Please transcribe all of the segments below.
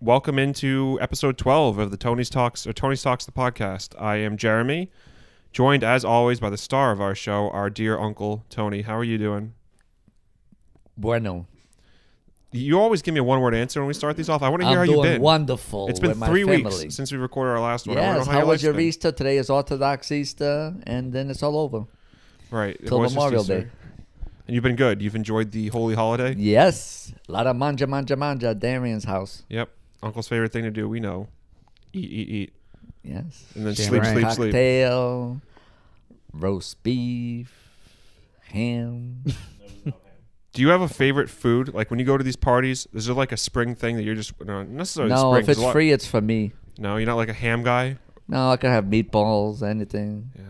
welcome into episode 12 of the Tony's Talks or Tony's Talks the podcast. I am Jeremy, joined as always by the star of our show, our dear uncle Tony. How are you doing? Bueno. You always give me a one-word answer when we start these off. I want to hear I'm how you've doing been. wonderful. it's been with my three family. weeks since we recorded our last one. I wanna Yes. know How, how was your life's been. Easter? Today is Orthodox Easter, and then it's all over Right. it till was just Memorial Easter. Day. And you've been good. You've enjoyed the holy holiday. Yes. A lot of manja, manja, manja. at Darian's house. Yep. Uncle's favorite thing to do. We know. Eat, eat, eat, Yes. and then Damn sleep, right. sleep, sleep. Cocktail, roast beef, ham. Do you have a favorite food? Like when you go to these parties, is there like a spring thing that you're just no, not necessarily no, spring? if there's it's a lot- free, it's for me. No, you're not like a ham guy. No, I could have meatballs, anything. Yeah.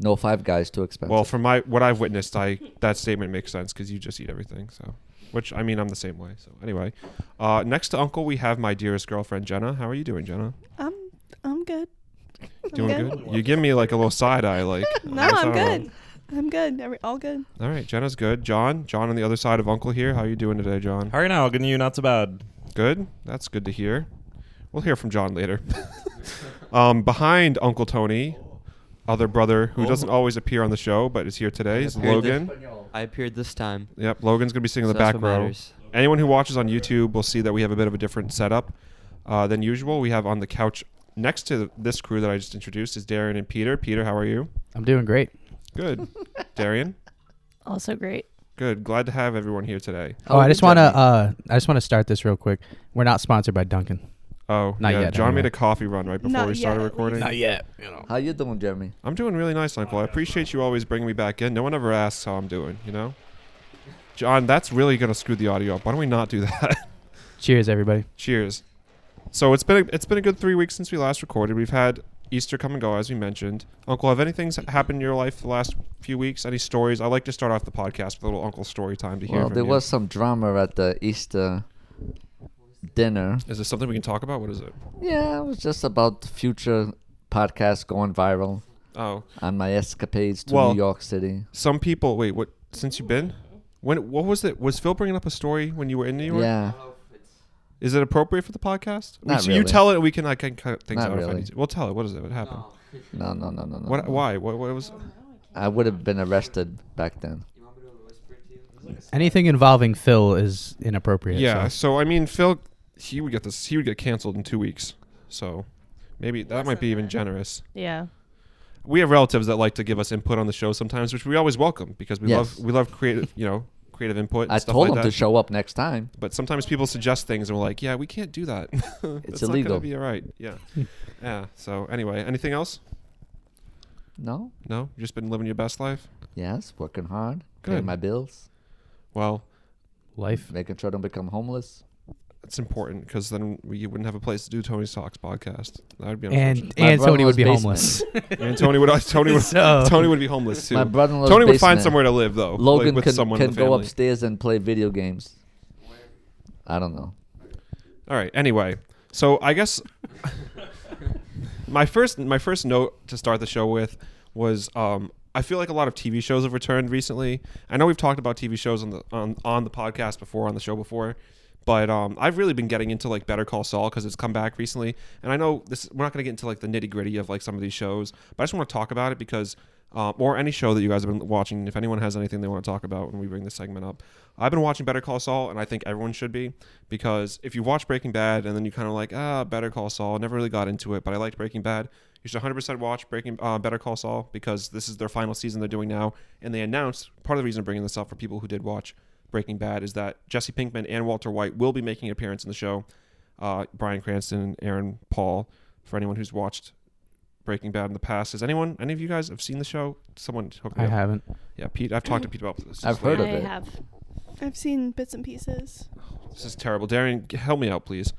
No, Five Guys too expensive. Well, from my what I've witnessed, I that statement makes sense because you just eat everything. So, which I mean, I'm the same way. So anyway, uh, next to Uncle, we have my dearest girlfriend Jenna. How are you doing, Jenna? I'm I'm good. Doing good. good. You give me like a little side eye, like No, I guess I I'm don't know. good. I'm good. Every, all good. All right, Jenna's good. John, John on the other side of Uncle here. How you doing today, John? How are you now? Good and you, not so bad. Good. That's good to hear. We'll hear from John later. um, behind Uncle Tony, other brother who doesn't always appear on the show but is here today is Oh. Appeared Logan. I appeared this time. Yep, Logan's gonna be sitting in the So that's back what row. matters. Anyone who watches on YouTube will see that we have a bit of a different setup uh, than usual. We have on the couch next to this crew that I just introduced is Darian and Peter. Peter, how are you? I'm doing great. Good. Darian, Also great. good. Glad to have everyone here today. Oh, I just want to. Uh, I just want to start this real quick. We're not sponsored by Duncan. Oh, Not yeah. yet, John made anyway. a coffee run right before Not we yet, started at recording. least. yet. You know. How you doing, Jeremy? I'm doing really nice, Uncle. I appreciate you always bringing me back in. No one ever asks how I'm doing, you know? John, that's really going to screw the audio up. Why don't we not do that? Cheers, everybody. Cheers. So it's been a, it's been a good three weeks since we last recorded. We've had Easter come and go, as we mentioned. Uncle, have anything's happened in your life the last few weeks? Any stories? I like to start off the podcast with a little Uncle story time to hear Well, from there you. was some drama at the Easter dinner. Is this something we can talk about? What is it? Yeah, it was just about future podcasts going viral Oh, on my escapades to Well- New York City. some people. Wait, what? Since you've been, when? What was it? Was Phil bringing up a story when you were in New York? Yeah, Is it appropriate for the podcast? We Not s- You really. tell it, and we can I can cut things Not out. If I really. need to. We'll tell it. What is it? What happened? no, no, no, no, no. What? no. Why? What, what was? I would have been arrested back then. Anything involving Phil is inappropriate. Yeah. so- So I mean, Phil, he would get this. He would get canceled in two weeks. So maybe that might be even generous. Yeah. We have relatives that like to give us input on the show sometimes, which we always welcome because we Yes. love we love creative. You know, creative input. And I stuff told like that. him to show up next time. But sometimes people suggest things, and we're like, yeah, we can't do that. That's Not gonna illegal. be all right. Yeah. yeah. So anyway, anything else? No. No. You've just been living your best life. Yes, working hard, Good. paying my bills, Well, life. making sure I don't become homeless. It's important because then we you wouldn't have a place to do Tony's Talks podcast. That would be unfortunate. And My and Tony would be brother-in-law's homeless. and Tony would Tony would So- Tony would be homeless too. My brother-in-law's Tony would find basement. somewhere to live though. Oh, like, Logan with can, someone in can the go family. upstairs and play video games. I don't know. All right. Anyway, so I guess my first my first note to start the show with was um, I feel like a lot of TV shows have returned recently. I know we've talked about TV shows on the on, on the podcast before, on the show before, but um, I've really been getting into like Better Call Saul because it's come back recently. And I know this we're not going to get into like the nitty gritty of like some of these shows, but I just want to talk about it because. Um, or any show that you guys have been watching. If anyone has anything they want to talk about when we bring this segment up, I've been watching Better Call Saul, and I think everyone should be because if you watch Breaking Bad and then you kind of like ah Better Call Saul, never really got into it, but I liked Breaking Bad. You should 100% watch Breaking uh, Better Call Saul because this is their final season they're doing now, and they announced part of the reason I'm bringing this up for people who did watch Breaking Bad is that Jesse Pinkman and Walter White will be making an appearance in the show. Uh, Brian Cranston and Aaron Paul. For anyone who's watched Breaking Bad in the past, has anyone, any of you guys, have seen the show? Someone hook me I up. haven't. Yeah, Pete. I've talked to Pete about this. This I've is heard I of it. have I've seen bits and pieces. This is terrible. Darian, g- help me out, please.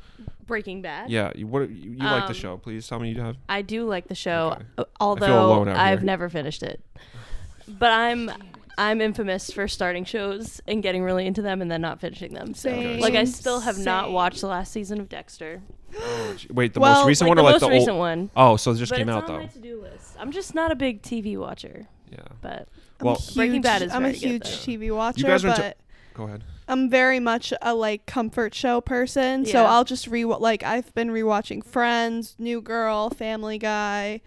Breaking Bad. Yeah, you what you, you like the Um, show? Please tell me you have. I do like the show, Okay. uh, alone although out I've here. never finished it. But I'm I'm infamous for starting shows and getting really into them and then not finishing them. So Same, like I still have not same. watched the last season of Dexter. Oh, Wait, the most well, recent one like the or like most the old? recent one. Oh, so it just but came it's out on my though. to-do list. I'm just not a big TV watcher, Yeah. but I'm Well- a huge, Breaking Bad is I'm a very good, huge though. TV watcher, guys are into- but Go ahead. I'm very much a like comfort show person, so Yeah. I'll just re like I've been rewatching Friends, New Girl, Family Guy.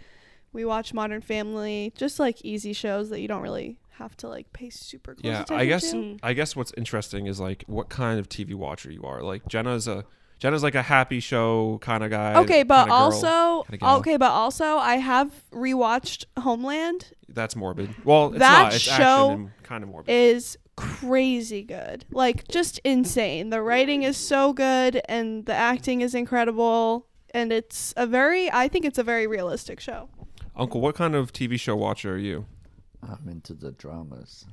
We watch Modern Family, just like easy shows that you don't really have to like pay super close yeah attention i guess to. i guess what's interesting is like what kind of tv watcher you are like jenna's a jenna's like a happy show kind of guy Okay, but kinda girl. also kinda gal. okay, but also I have rewatched Homeland that's morbid well it's That not it's show action and kind of morbid is crazy good. Like just insane. The writing is so good and the acting is incredible and it's a very I think it's a very realistic show. uncle what kind of tv show watcher are you I'm into the dramas.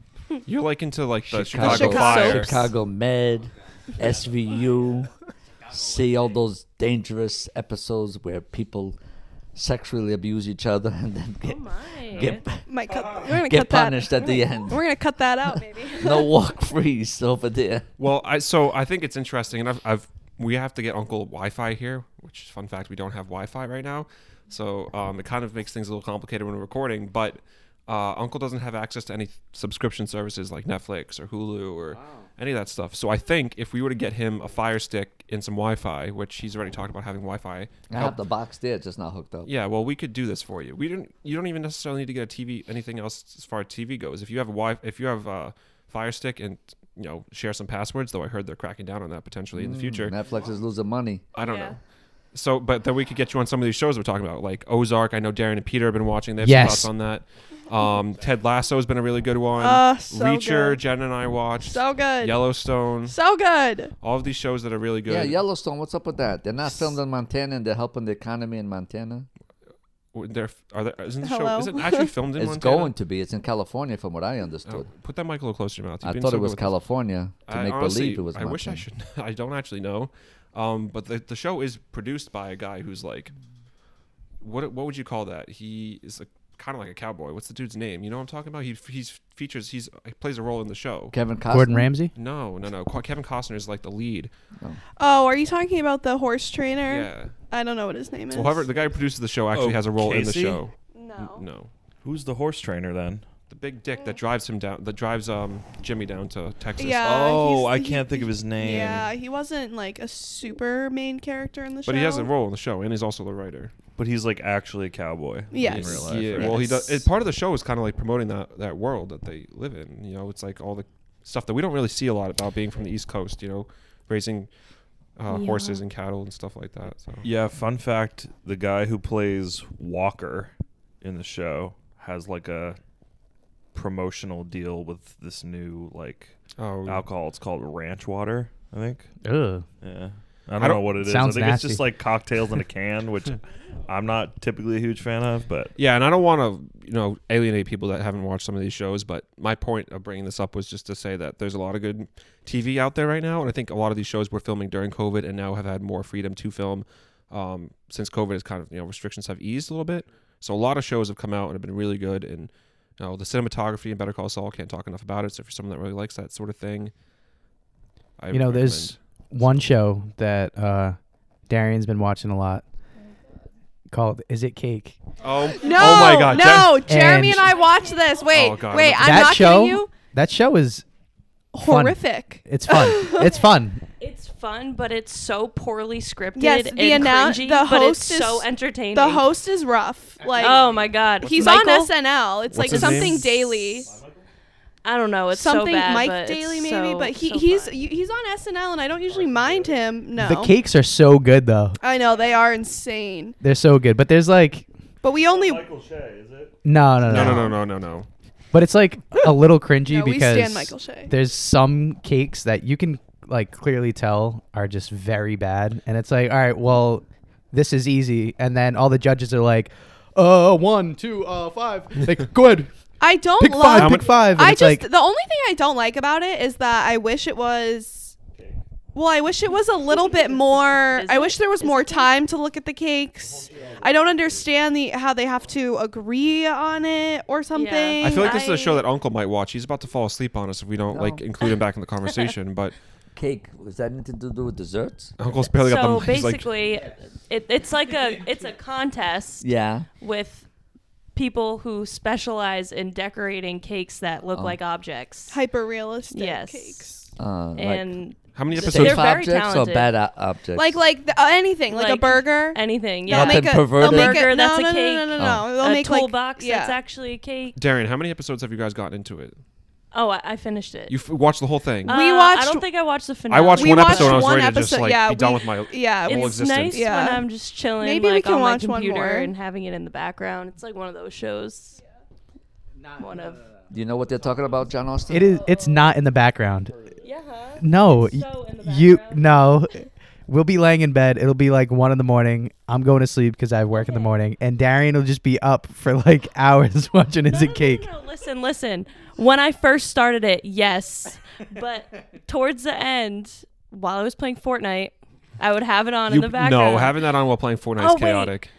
you're like into like the chicago, Chicago, fire Chicago Med, SVU. See all those dangerous episodes where people sexually abuse each other and Oh, then get my. get, Might cut Uh-huh. we're gonna get cut punished that. at the end. We're gonna cut that out maybe. No walk freeze over there. well i so i think it's interesting and i've, I've we have to get uncle wi-fi here which fun fact we don't have wi-fi right now so um, it kind of makes things a little complicated when we're recording but uh, uncle doesn't have access to any subscription services like netflix or hulu or any of that stuff so i think if we were to get him a fire stick and some wi-fi which he's already talked about having wi-fi I have the box there, just not hooked up. Yeah, well, we could do this for you. We don't. You don't even necessarily need to get a TV. Anything else as far as TV goes. If you have a Wi, if you have a Fire Stick, and you know, share some passwords. Though I heard they're cracking down on that potentially in Mm. the future. Netflix is losing money. I don't Yeah. know. So, but then we could get you on some of these shows we're talking about, like Ozark. I know Darren and Peter have been watching. They have Yes. some thoughts on that. Um, Ted Lasso has been a really good one. Uh, so Reacher, good. Jen and I watched. So good. Yellowstone. So good. All of these shows that are really good. Yeah, Yellowstone. What's up with that? They're not filmed in Montana, and they're helping the economy in Montana. They're, are there, isn't the show Hello? is it actually filmed in it's Montana? going to be. It's in California, from what I Oh, understood. put that mic a little closer to your mouth. You've I been thought so it good was with California to I make honestly- believe it was. I wish I Montana. should. I don't actually know, um, but the the show is produced by a guy who's like, what what would you call that? He is a kind of like a cowboy. What's the dude's name? You know what I'm talking about? He he's features. He's he plays a role in the show. Kevin Costner. Gordon Ramsay. No, no, no. Qu- Kevin Costner is like the lead. Oh, are you talking about the horse trainer? Yeah. I don't know what his name is. Well, however, the guy who produces the show actually has a role in the Casey? show. No. No, Who's the horse trainer then? the big dick that drives him down. That drives um Jimmy down to Texas. Yeah. Uh, oh, he's- I he- can't think of his name. yeah, he wasn't like a super main character in the show. But he has a role in the show, and he's also the writer. But he's like actually a cowboy. Yes. In real life, yeah, right? well, he does. Yes. It, part of the show is kind of like promoting that that world that they live in. You know, it's like all the stuff that we don't really see a lot about being from the East Coast. You know, raising uh, Yeah. horses and cattle and stuff like that. So Yeah, fun fact the guy who plays Walker in the show has like a promotional deal with this new like oh, alcohol. It's called ranch water, I think. Ugh. Yeah. I don't, I know don't- what it is. Sounds I think it's just nasty. like cocktails in a can, which I'm not typically a huge fan of, but yeah, and I don't want to you know alienate people that haven't watched some of these shows. But my point of bringing this up was just to say that there's a lot of good TV out there right now, and I think a lot of these shows were filming during COVID and now have had more freedom to film um, since COVID is kind of you know restrictions have eased a little bit. So a lot of shows have come out and have been really good. And you know, the cinematography in Better Call Saul can't talk enough about it. So for someone that really likes that sort of thing, I You know, there's one show that uh, Darian's been watching a lot called Is It Cake? recommend. oh No, oh my god no. Jeremy And- and I watched this. Wait, Oh, God, wait, I'm I'm that not show, kidding you. That show is Fun. Horrific. it's fun. it's fun. It's fun, but it's so poorly scripted Yes, the and announ- cringy, the but it's host is- so entertaining. The host is rough. Like, oh my god, he's Michael? on SNL. It's What's like his name? something daily, I don't know. Oh, It's something so bad, Mike but it's Daily maybe. so- but he so he's fun. you, he's on SNL, and I don't usually mind him. No, The cakes are so good though. I know they are insane, They're so good. But there's like but we only Che, is it? no, no, no no, no no no no no. But it's like a little cringy no, we because stand Michael Shea. there's some cakes that you can like clearly tell are just very bad and it's like all right well this is easy and then all the judges are like uh one two uh five like go ahead I don't pick love. five pick five and I it's just like the only thing I don't like about it is that I wish it was. Well, I wish it was a little bit more. Is I it- wish there was is more it- time to look at the cakes. I don't understand the how they have to agree on it or something. I feel like this is a show that Uncle might watch. He's about to fall asleep on us if we don't like No. include him back in the conversation. But Cake. Was that anything to do with desserts? Uncle's barely got so the mic. He's like, basically, it, it's like a it's a contest Yeah. with people who specialize in decorating cakes that look Oh. like objects. hyper realistic Yes. cakes. Uh, like and How many They're episodes? safe very objects or talented. bad o- objects? Like like the, uh, anything, like, a Like burger. anything. They'll Yeah, Nothing make a- perverted. they'll make Burger, no, that's a no, no, cake. Oh. No, no, no, no. They'll a make like toolbox yeah. that's actually a cake. Darren, how many episodes have you guys gotten into it? Oh, I, I finished it. You f- watched the whole thing. Uh, We watched- I don't think I watched the finale. I watched we one watched episode. and I was one ready to just episode, like yeah, be done we- with my. yeah, whole we- It's existence. nice Yeah. when I'm just chilling, Maybe we like can on watch my one computer more. and having it in the background. It's like one of those shows. One of Do you know what they're talking about, John Austin? It is. It's not in the background. yeah. Huh? No, It's so in the you background. no. We'll be laying in bed. It'll be like one in the morning. I'm going to sleep because I have work in the morning, and Darian will just be up for like hours watching Is No, It no, Cake? No, no, no. Listen, listen. When I first started it, yes, but towards the end, while I was playing Fortnite, I would have it on You- in the background. No, having that on while playing Fortnite Oh, is wait. chaotic.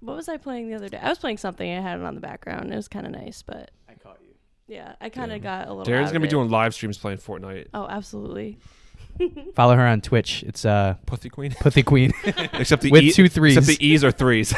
What was I playing the other day? I was playing something. I had it on the background. It was kind of nice, but I caught you. Yeah, I kind of got a little. out Darren's of gonna be it. doing live streams playing Fortnite. Oh, absolutely. Follow her on Twitch. It's uh Pussy Queen. Puthy Queen. except the With E- two Except threes. the E's are threes.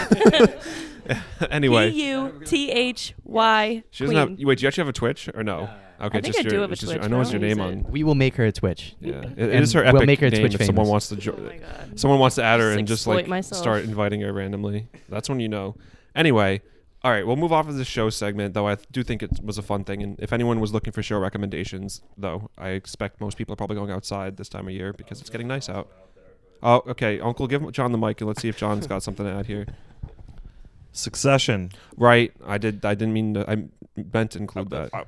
anyway, P U T H Y. she doesn't have. Wait, do you actually have a Twitch or no? Okay, I think just I your, do have a it's just your- Twitch, I know but it's I your don't name use on. it. we will make her a Twitch. Yeah, it- it And is her we'll epic make her name Twitch if someone famous. wants to Oh join. my god. someone wants to add her Just and just exploit like myself. start inviting her randomly. That's when you know. Anyway, all right, we'll move off of this show segment, though I do think it was a fun thing. And if anyone was looking for show recommendations, though, I expect most people are probably going outside this time of year because it's getting nice out. Oh, okay. Uncle, give John the mic and let's see if John's got something to add here. Succession. Right. I did. I didn't mean to. I meant to include that. Uh,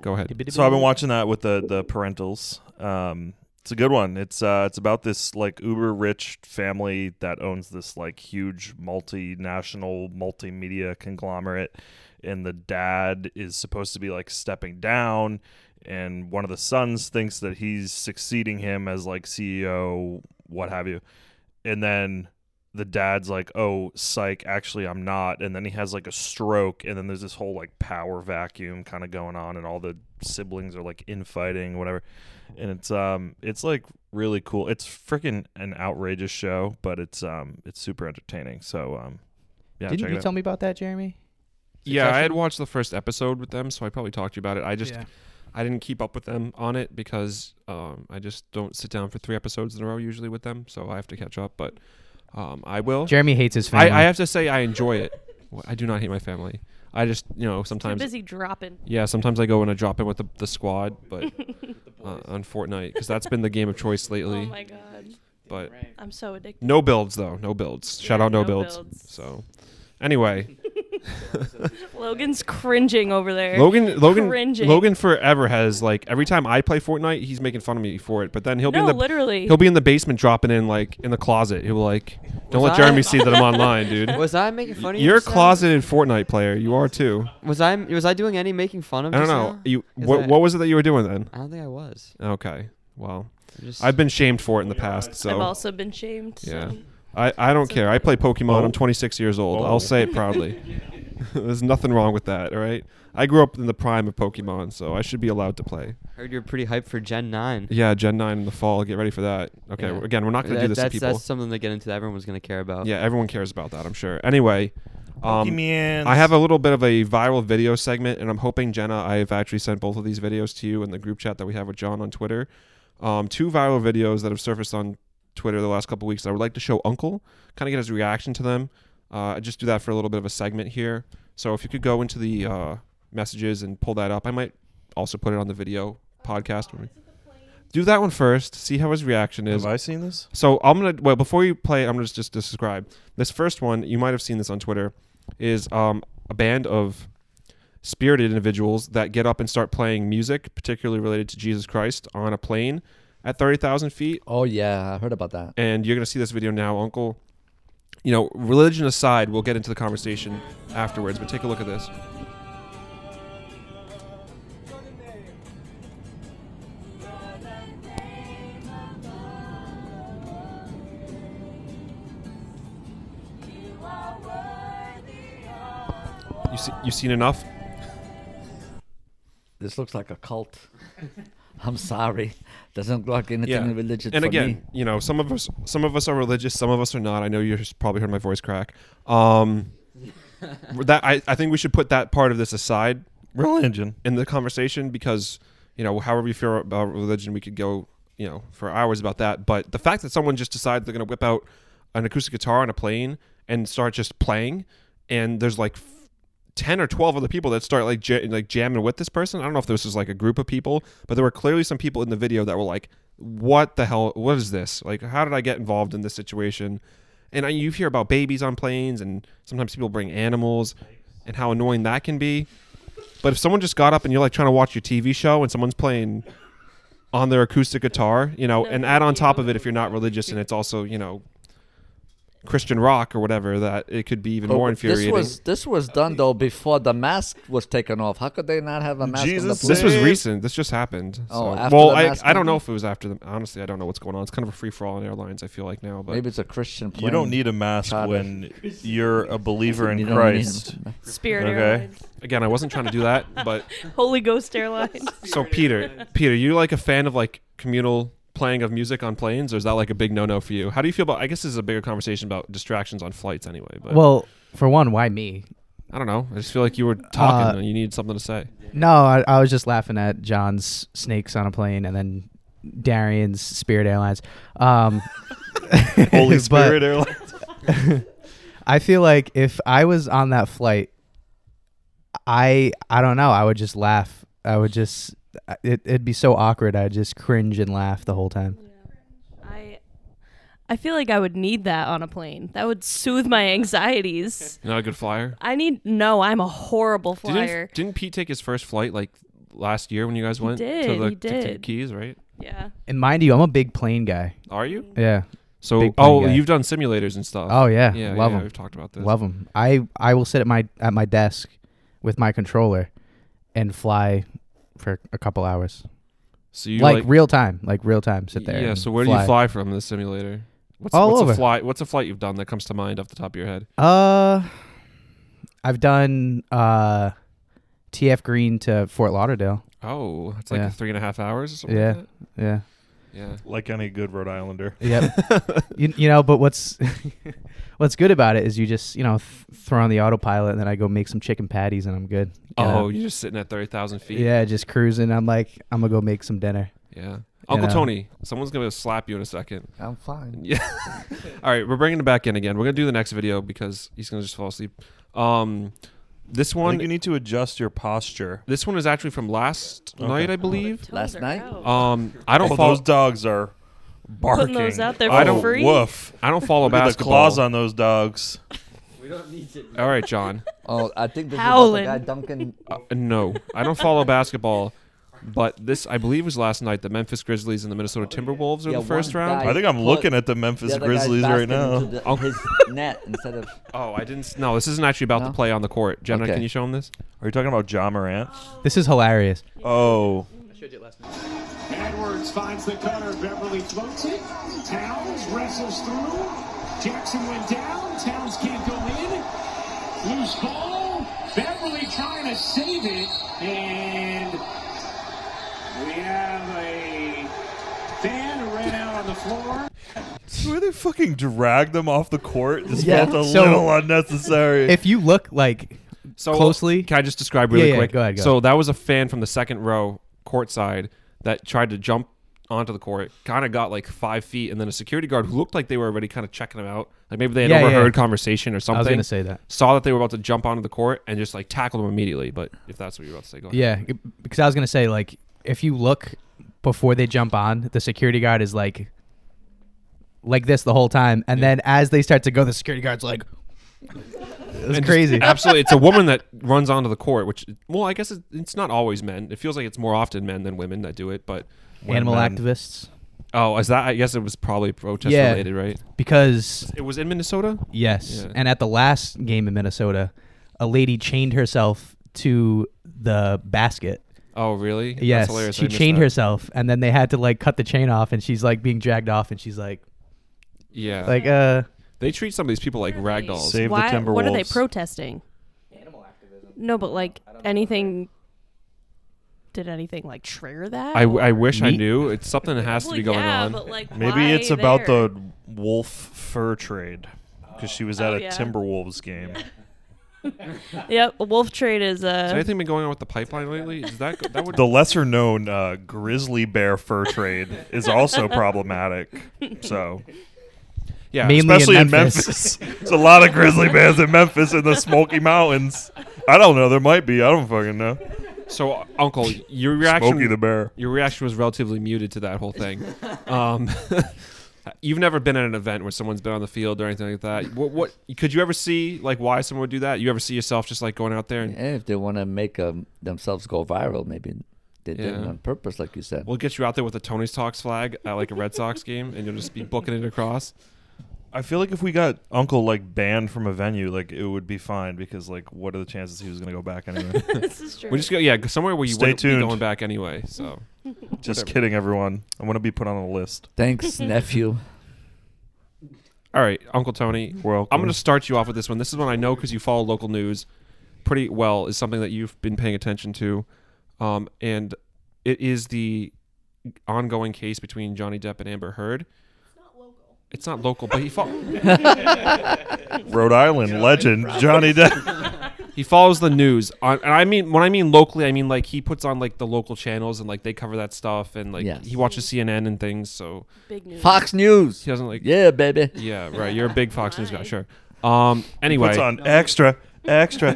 Go ahead. So I've been watching that with the the parentals. Um, it's a good one. It's uh, it's about this like uber rich family that owns this like huge multinational multimedia conglomerate, and the dad is supposed to be like stepping down, and one of the sons thinks that he's succeeding him as like CEO, what have you, and then the dad's like, "Oh, psych, actually I'm not." And then he has like a stroke and then there's this whole like power vacuum kind of going on and all the siblings are like infighting whatever. And it's um it's like really cool. It's freaking an outrageous show, but it's um it's super entertaining. So um yeah, Didn't check you it tell out. me about that, Jeremy? Yeah, I had Succession? watched the first episode with them, so I probably talked to you about it. I just I didn't keep up with them on it because um, I just don't sit down for three episodes in a row usually with them, so I have to catch up. But um, I will. Jeremy hates his I, family. I have to say I enjoy it. Well, I do not hate my family. I just you know Too sometimes busy dropping. yeah sometimes I go and I drop in with the, the squad, but uh, on Fortnite because that's been the game of choice Oh lately. my god. but I'm so addicted. no builds though, no builds. Shout Yeah, out no, no builds. builds. So anyway, Logan's cringing over there. Logan Logan Cringing. Logan forever has like every time I play Fortnite, he's making fun of me for it. But then he'll be in no, the literally. He'll be in the basement dropping in like in the closet. He'll be like, "Don't let Was I- Jeremy see that I'm online, dude." Was I making fun of you? You're a just now? closeted Fortnite player. You are too. Was I was I doing any making fun of? I don't just know. now? You Is what, that- what was it that you were doing then? I don't think I was. Okay. Well, I'm Just, I've been shamed for it in the past, I've so also been shamed. Yeah. So. I, I don't care. I play Pokemon. Oh. I'm 26 years old. Oh. I'll say it proudly. There's nothing wrong with that, all right? I grew up in the prime of Pokemon, so I should be allowed to play. heard you're pretty hyped for Gen Nine. Yeah, Gen 9 in the fall. Get ready for that. Okay, Yeah. again, we're not going to That- do this to that's, people. That's something to get into. That everyone's gonna care about. Yeah, everyone cares about that, I'm sure. Anyway, um, Pokemans. I have a little bit of a viral video segment, and I'm hoping Jenna, I have actually sent both of these videos to you in the group chat that we have with John on Twitter. Um, two viral videos that have surfaced on Twitter the last couple weeks. that I would like to show Uncle, kind of get his reaction to them. Uh, I just do that for a little bit of a segment here. So if you could go into the uh, messages and pull that up, I might also put it on the video podcast. when we- Do that one first. See how his reaction is. Have I seen this? So I'm gonna well before you play, it, I'm gonna just, just describe this first one. You might have seen this on Twitter. Is um, a band of spirited individuals that get up and start playing music, particularly related to Jesus Christ, on a plane at thirty thousand feet. Oh yeah, I heard about that. And you're gonna see this video now, Uncle. You know, religion aside, we'll get into the conversation afterwards. But take a look at this. You see, you seen enough? This looks like a cult. I'm sorry, doesn't look like anything Yeah. religious and for again, me. you know, some of us, some of us are religious, some of us are not. I know you just probably heard my voice crack. Um, that I, I think we should put that part of this aside Religion. in the conversation because you know, however you feel about religion, we could go, you know, for hours about that. But the fact that someone just decides they're going to whip out an acoustic guitar on a plane and start just playing, and there's like f- ten or twelve other people that start like ja- like jamming with this person. I don't know if this was like a group of people, but there were clearly some people in the video that were like, "What the hell? What is this? Like, how did I get involved in this situation?" And I, you hear about babies on planes, and sometimes people bring animals, and how annoying that can be. But if someone just got up and you're like trying to watch your TV show and someone's playing on their acoustic guitar, you know, and add on top of it if you're not religious and it's also, you know, Christian rock or whatever, that it could be even more But Oh, This infuriating. was this was done though before the mask was taken off. How could they not have a mask? Jesus on the This was Save. recent. This just happened. Oh, so- after well, the I, last I don't know meeting? if it was after the. Honestly, I don't know what's going on. It's kind of a free for all in airlines. I feel like now, but Maybe it's a Christian plane. You don't need a mask Childish. when you're a believer You in don't need a Christ. mask. Spirit Okay. Airlines, again, I wasn't trying to do that. But Holy Ghost Airlines. so Peter, Peter, you like a fan of like communal playing of music on planes, or is that like a big no no for you? How do you feel about? I guess this is a bigger conversation about distractions on flights anyway. But Well, for one, why me? I don't know. I just feel like you were talking Uh, and you needed something to say. No, I, I was just laughing at John's snakes on a plane and then Darian's Spirit Airlines. Um, Holy but Spirit Airlines. I feel like if I was on that flight, I I don't know. I would just laugh. I would just uh, it, it'd be so awkward. I'd just cringe and laugh the whole time. I I feel like I would need that on a plane. That would soothe my anxieties. Not a good flyer. I need no, I'm a horrible flyer. Didn't, didn't Pete take his first flight like last year when you guys went to did, the he to- to did. Keys? Right? yeah. And mind you, I'm a big plane guy. Are you? Yeah, So Big plane oh, guy. you've done simulators and stuff. Oh, yeah. yeah, Love yeah, 'em. We've talked about this. love them. I I will sit at my at my desk with my controller and fly for a couple hours, So you like, like, real time, like real time. Sit there. Yeah. and So where do you fly from in the simulator? What's, All what's over. a flight? What's a flight you've done that comes to mind off the top of your head? Uh, I've done uh, TF Green to Fort Lauderdale. Oh, it's like Yeah. three and a half hours. Or something Yeah. Like that? Yeah. Yeah. Like any good Rhode Islander. Yep. you, you know, but what's what's good about it is you just you know th- throw on the autopilot and then I go make some chicken patties and I'm good. you Oh, know? you're just sitting at thirty thousand feet. yeah, just cruising. I'm like I'm gonna go make some dinner. Yeah. Uncle know. Tony, someone's gonna slap you in a second. I'm fine. Yeah. All right, we're bringing it back in again. We're gonna do the next video because he's gonna just fall asleep. Um, this I think you one, need to adjust your posture. this one is actually from last Okay. night, I Oh, believe. Last night? Um, I don't Oh, follow. those dogs are barking. Putting those out there I for don't- free. Woof. I don't follow Look at the basketball. claws on those dogs. All right, John. Oh, I think this Howlin'. is about the guy Duncan. Uh, no, I don't follow basketball. But this, I believe, was last night. The Memphis Grizzlies and the Minnesota Timberwolves are Yeah, the first one round. guy- I think I'm Put looking at the the Memphis other guy's Grizzlies right basket into now. the- Oh. his net instead of Oh, I didn't. s- No, this isn't actually about No? the play on the court. Jenna, Okay. can you show him this? Are you talking about Ja Morant? This is hilarious. Oh. Edwards finds the cutter. Beverly floats it. Towns wrestles through. Jackson went down. Towns can't go in. Loose ball. Beverly trying to save it. And we have a fan who ran out on the floor. Where they fucking dragged them off the court just Yeah. felt a So- little unnecessary. If you look like So uh, Closely? Can I just describe really Yeah, yeah, quick? go ahead, go so that was a fan from the second row, courtside, that tried to jump onto the court. Kind of got like five feet, and then a security guard who looked like they were already kind of checking him out. Like maybe they had Yeah, yeah, overheard yeah. conversation or something. I was gonna say that. Saw that they were about to jump onto the court and just like tackled him immediately. But if that's what you're about to say, go ahead. Yeah, it- because I was gonna say like if you look before they jump on, the security guard is like like this the whole time, and then as they start to go, the security guard's like, "It's And just- crazy." absolutely. It's a woman that runs onto the court, which, well, I guess it, it's not always men. It feels like it's more often men than women that do it. But, Animal When men- activists, oh, is that, I guess it was probably protest Yeah. related, right? because It was in Minnesota? yes, Yeah. and at the last game in Minnesota, a lady chained herself to the basket. Oh, really? That's Yes, hilarious. I she missed chained that. herself, and then they had to like cut the chain off, and she's like being dragged off, and she's like, Yeah. like uh. They treat some of these people like rag dolls. Save the Why, What are they Timberwolves. protesting? Animal activism. No, but like anything. Did anything like trigger that? I, I wish I Meat? knew. It's something that has to be going yeah, on. But like, Maybe why it's about there? the wolf fur trade because she was at Oh, a yeah. Timberwolves game. Yep, Wolf Trade is Has uh anything been going on with the pipeline lately? Is that that would The lesser known uh, grizzly bear fur trade is also problematic. So, yeah? Mainly- especially in in Memphis, Memphis. there's a lot of grizzly bears in Memphis in the Smoky Mountains. I don't know. There might be. I don't fucking know. So uh, Uncle, your reaction Smokey the bear. your reaction was relatively muted to that whole thing. Um, you've never been at an event where someone's been on the field or anything like that. What, what could you ever see like why someone would do that? You ever see yourself just like going out there and And if they want to make um, themselves go viral, maybe they did it Yeah. on purpose, like you said. we'll get you out there with a Tony's Talks flag at like a Red Sox game and you'll just be booking it across. I feel like if we got Uncle like banned from a venue, like it would be fine because like what are the chances he was gonna go back anyway? this is true. We just go yeah somewhere where you Stay wouldn't tuned. Mm. be going back anyway. So Just Whatever. kidding, everyone. I'm gonna be put on a list. Thanks, nephew. all right, Uncle Tony, Well, I'm going to start you off with this one. This is one I know because you follow local news pretty well. Is something that you've been paying attention to, um, and it is the ongoing case between Johnny Depp and Amber Heard. It's not local, but he fo- Rhode Island legend Johnny Depp. he follows the news. On, and I mean, when I mean locally, I mean like he puts on like the local channels and like they cover that stuff, and like Yes. he watches CNN and things. So big news. Fox News. he doesn't like. Yeah, Yeah, baby. right. You're a big Fox News guy, sure. Um. Anyway, Puts on extra, extra.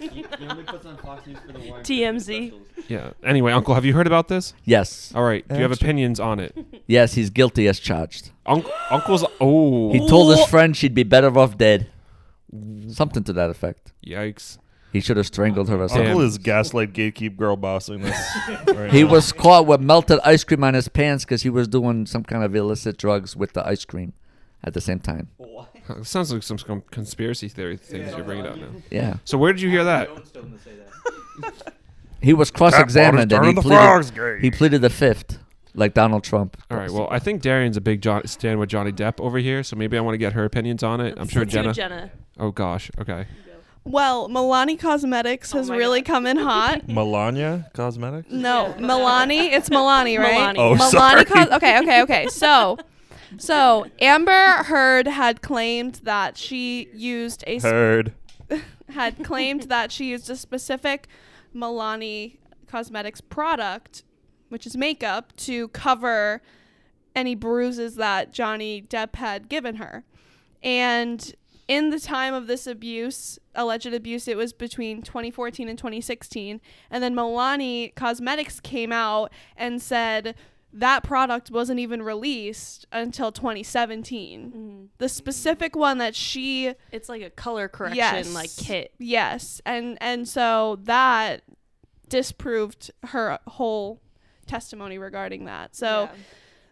He only puts on Fox News for the Warren TMZ. Buffett specials. yeah. Anyway, Uncle, have you heard about this? Yes. All right. Do you have Actually- opinions on it? Yes, he's guilty as charged. Unc uncle's. Oh, He told his Wha- friend she'd be better off dead. Something to that effect. yikes! He should have strangled her or something. Uncle is gaslight gatekeep girl bossing this. right He now. was caught with melted ice cream on his pants because he was doing some kind of illicit drugs with the ice cream at the same time. It sounds like some con- conspiracy theory things you're bringing out now. Yeah. So where did you hear that? He was cross examined That and water's he turning the frogs gay. pleaded, he pleaded the fifth, like Donald Trump. All right. Well, I think Darian's a big John- stand with Johnny Depp over here, so maybe I want to get her opinions on it. I'm sure Let's do Jenna. Jenna. Oh gosh. Okay. Well, Milani Cosmetics has Oh my really come in hot. Melania Cosmetics. No, Milani. It's Milani, right? Milani. Oh, Milani sorry. Cos- okay, okay, okay. So, so Amber Heard had claimed that she used a sp- Heard. had claimed that she used a specific Milani Cosmetics product, which is makeup, to cover any bruises that Johnny Depp had given her. And in the time of this abuse, alleged abuse, it was between 2014 and 2016. And then Milani Cosmetics came out and said that product wasn't even released until 2017. The specific one that she Mm. It's like a color correction like kit. Yes, and and so that disproved her whole testimony regarding that. So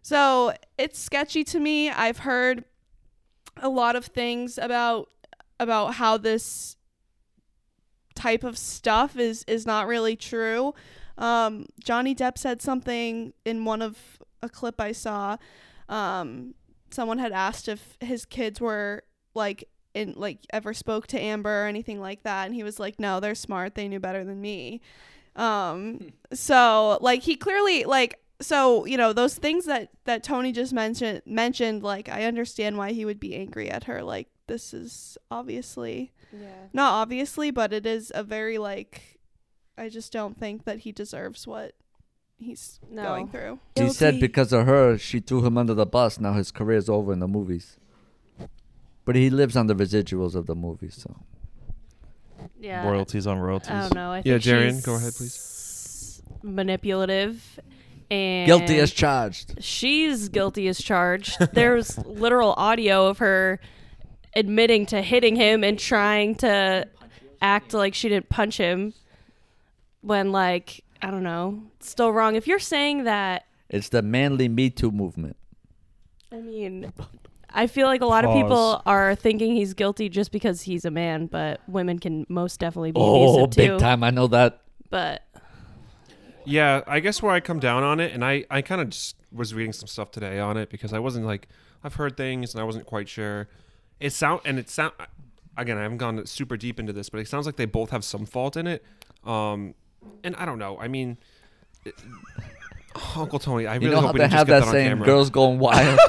so it's sketchy to me. I've heard a lot of things about about how this type of stuff is is not really true. Um, Johnny Depp said something in one of a clip I saw. Um, someone had asked if his kids were like in like ever spoke to Amber or anything like that, and he was like, "No, they're smart. They knew better than me." Um, so like he clearly like so you know those things that that Tony just mentioned mentioned like I understand why he would be angry at her. Like this is obviously Yeah. not obviously, but it is a very like I just don't think that he deserves what he's No. going through. He said Guilty. because of her, she threw him under the bus. Now his career's over in the movies. But he lives on the residuals of the movies, so. Yeah. Royalties on royalties. I don't know. I Yeah, think Jarian, go she's ahead, please. Manipulative and Guilty as charged. she's guilty as charged. There's literal audio of her admitting to hitting him and trying to act like she didn't punch him when like I don't know, it's still wrong. If you're saying that, It's the manly Me Too movement. I mean, I feel like a lot of people are thinking he's guilty just because he's a man, but women can most definitely be Oh, abusive too. big time. I know that. But Yeah, I guess where I come down on it, and I I kind of just was reading some stuff today on it because I wasn't like I've heard things and I wasn't quite sure. It sound and it sound again. I haven't gone super deep into this, but it sounds like they both have some fault in it. Um, and I don't know. I mean. it- Uncle Tony, I You really know hope how we they didn't just have get that, that on saying, camera. girls going wild?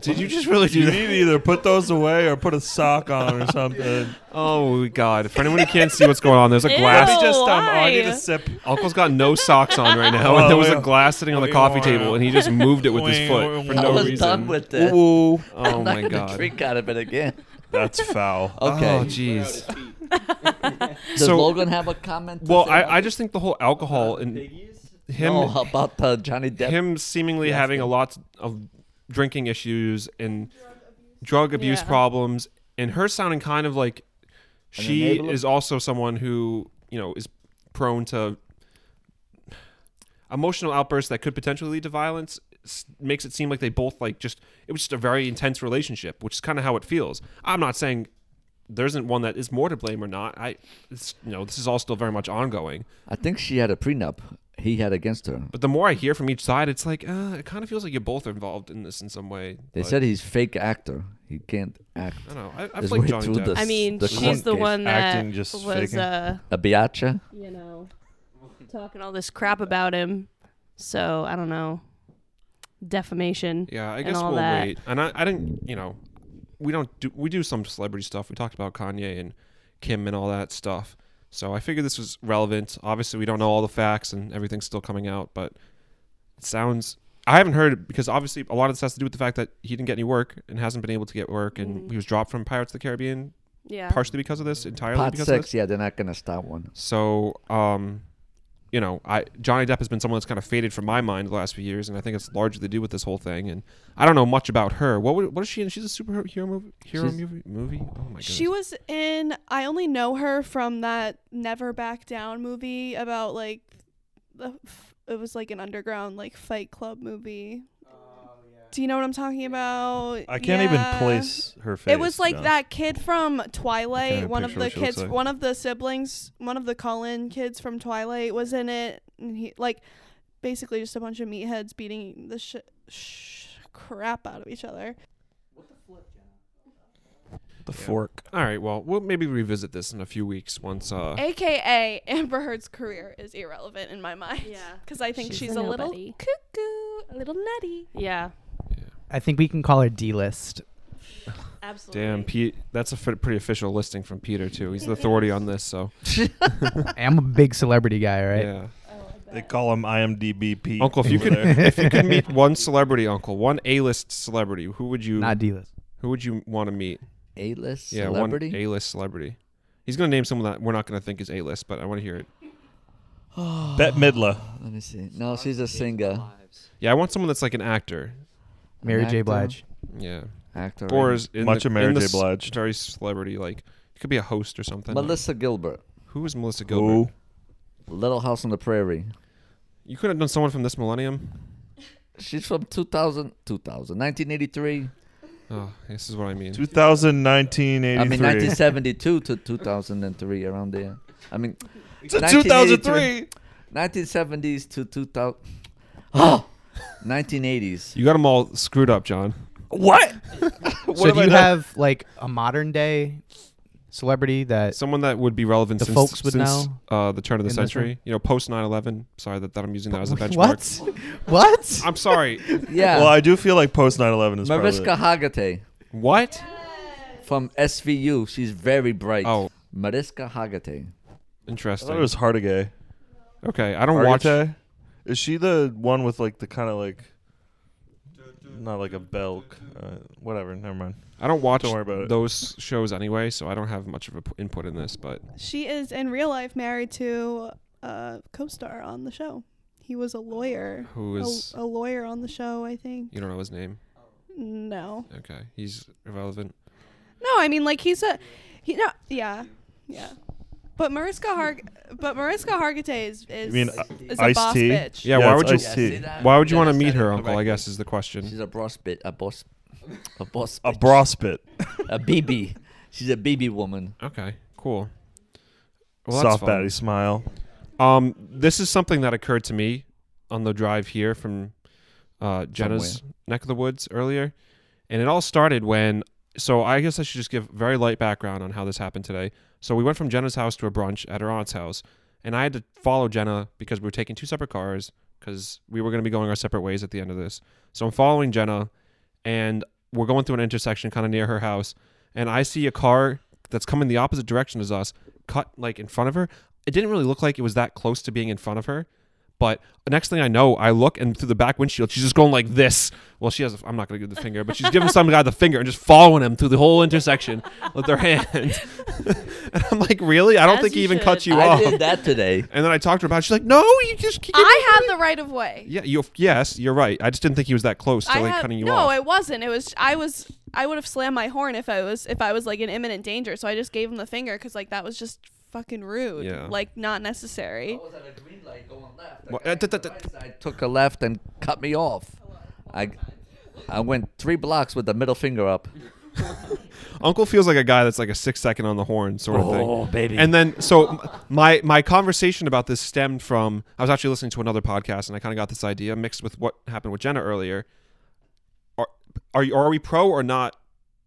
Did you just really do You that? need to either put those away or put a sock on or something. Oh God! For anyone who can't see what's going on, there's a Ew. Let me glass. just um, oh, I need why? a sip. Uncle's got no socks on right now, and there was a glass sitting on the coffee table, and he just moved it with his foot for I no was reason. done with that. Oh I'm not my gonna God! drink out of it again. That's foul. Okay. Oh jeez. Does so- Logan have a comment? to Well, say I, about I this? just think the whole alcohol and him no, about the Johnny Depp. him seemingly having a lot of drinking issues and drug abuse Yeah. problems and her sounding kind of like she enabler? is also someone who you know is prone to emotional outbursts that could potentially lead to violence s- makes it seem like they both like just it was just a very intense relationship which is kind of how it feels i'm not saying there isn't one that is more to blame or not i it's, you know this is all still very much ongoing I think she had a prenup. He had against her. but the more I hear from each side, it's like uh, it kind of feels like you both are involved in this in some way. They but said he's fake actor. He can't act. I don't know. I, I There's like way Johnny through Depp. this. I mean, The she's court the case. one that Acting, just was, faking. uh, A biatcha. you know, talking all this crap about him. So I don't know, defamation. Yeah, I and guess all we'll that. wait. And I, I didn't, you know, we don't do we do some celebrity stuff. We talked about Kanye and Kim and all that stuff. So I figured this was relevant. Obviously, we don't know all the facts and everything's still coming out, but it sounds. I haven't heard because obviously a lot of this has to do with the fact that he didn't get any work and hasn't been able to get work, and he was dropped from Pirates of the Caribbean Mm-hmm. Yeah, partially because of this, entirely Part because of this. six. Yeah, they're not gonna stop one. So, um, you know, I Johnny Depp has been someone that's kind of faded from my mind the last few years, and I think it's largely to do with this whole thing. And I don't know much about her. What wa- what is she in? She's a superhero movie. Hero She's- movie. Movie. Oh my goodness. She was in. I only know her from that Never Back Down movie about like the. f- It was like an underground like Fight Club movie. Do you know what I'm talking about? I can't Yeah. even place her face. It was like no. that kid from can't Twilight. even One of picture the what she looks kids, like. one of the siblings, one of the Cullen kids from Twilight was in it, and he like basically just a bunch of meatheads beating the sh- sh- crap out of each other. The fork. All right. Well, we'll maybe revisit this in a few weeks once. Uh, AKA Amber Heard's career is irrelevant in my mind. Yeah. Because I think She's she's, a a, little nobody. cuckoo, a little nutty. yeah, I think we can call her D list. absolutely. damn, Pete. That's a f- pretty official listing from Peter too. He's the authority on this. So I'm a big celebrity guy, right? yeah, They call him IMDb Pete. Uncle, if you over could, there. if you could meet one celebrity, Uncle, one A-list celebrity, who would you? Not D list. who would you want to meet? A list Yeah, celebrity. one A-list celebrity. He's gonna name someone that we're not gonna think is A-list, but I want to hear it. Bette Midler. Let me see. No, she's a singer. Yeah, I want someone that's like an actor. Mary An J. actor? Blige. Yeah, Actor. or right? is in Much the, of Mary in the J. s- Blige. very celebrity. Like it could be a host or something. Melissa Gilbert. Who is Melissa Gilbert? Little House on the Prairie. You could have done someone from this millennium. She's from 2000, 2000 1983. Oh, this is what I mean. 2019 I mean, 1972 to 2003, around there. I mean, It's a 1983. 2003. 1970s to 2000. Oh, 1980s. You got them all screwed up, John. What? so do you have like a modern day celebrity that Someone that would be relevant Eh, The since, folks would since know Uh, the turn of the in this century. You know, post 9/11. Sorry that, that I'm using that as a benchmark. what? what? I'm sorry. Yeah. Well, I do feel like post 9/11 is probably Mariska Hargitay what? from SVU. She's very bright. Oh, Mariska Hargitay. I interesting. thought it was Hardigay. okay, I don't watch. Hargitay? Is she the one with like the kind of like not like a belk, uh, whatever. Never mind. I don't watch Don't worry about it. those shows anyway, so I don't have much of an input in this. But She is in real life married to a co-star on the show. He was a lawyer. Oh, who is A, a lawyer on the show, I think. you don't know his name? No. Okay, he's irrelevant. No, I mean like he's a he no yeah. Yeah. But Mariska Harg but Mariska Hargitay is is, mean, uh, is a Ice-T? boss bitch. Yeah, Oh, Yeah, why it's would you? Ice-T. See that? Why would you Then want to I meet said it her, Uncle? I correctly. guess is the question. She's a boss bit. A boss. A boss. A bitch. brospit. A BB. She's a BB woman. Okay, cool. Soft fun. batty smile. Um, this is something that occurred to me on the drive here from uh, Jenna's neck of the woods earlier, and it all started when. So I guess I should just give very light background on how this happened today. So we went from Jenna's house to a brunch at her aunt's house, and I had to follow Jenna because we were taking two separate cars because we were going to be going our separate ways at the end of this. So I'm following Jenna, and we're going through an intersection kind of near her house, and I see a car that's coming the opposite direction as us cut like in front of her. It didn't really look like it was that close to being in front of her. But the next thing I know, I look and through the back windshield, she's just going like this. Well, she has. A, I'm not going to give the finger, but she's giving some guy the finger and just following him through the whole intersection with their hand. and I'm like, really? I don't As think he you even cut should. you I off. did that today. And then I talked to her about. it. She's like, no, you just. keep I have the right of way. Yeah, you. Yes, you're right. I just didn't think he was that close to I like have, cutting you no, off. it wasn't. It was I was I would have slammed my horn if I was if I was like in imminent danger. So I just gave him the finger because like that was just fucking rude. Yeah. Like not necessary. Oh, was at a green light going left. Well, guy uh, on th- the th- right took a left and cut me off. I, I went three blocks with the middle finger up. Uncle feels like a guy that's like a six second on the horn sort of thing. Oh, baby. And then so m- my my conversation about this stemmed from I was actually listening to another podcast and I kind of got this idea mixed with what happened with Jenna earlier. Are are, you, are we pro or not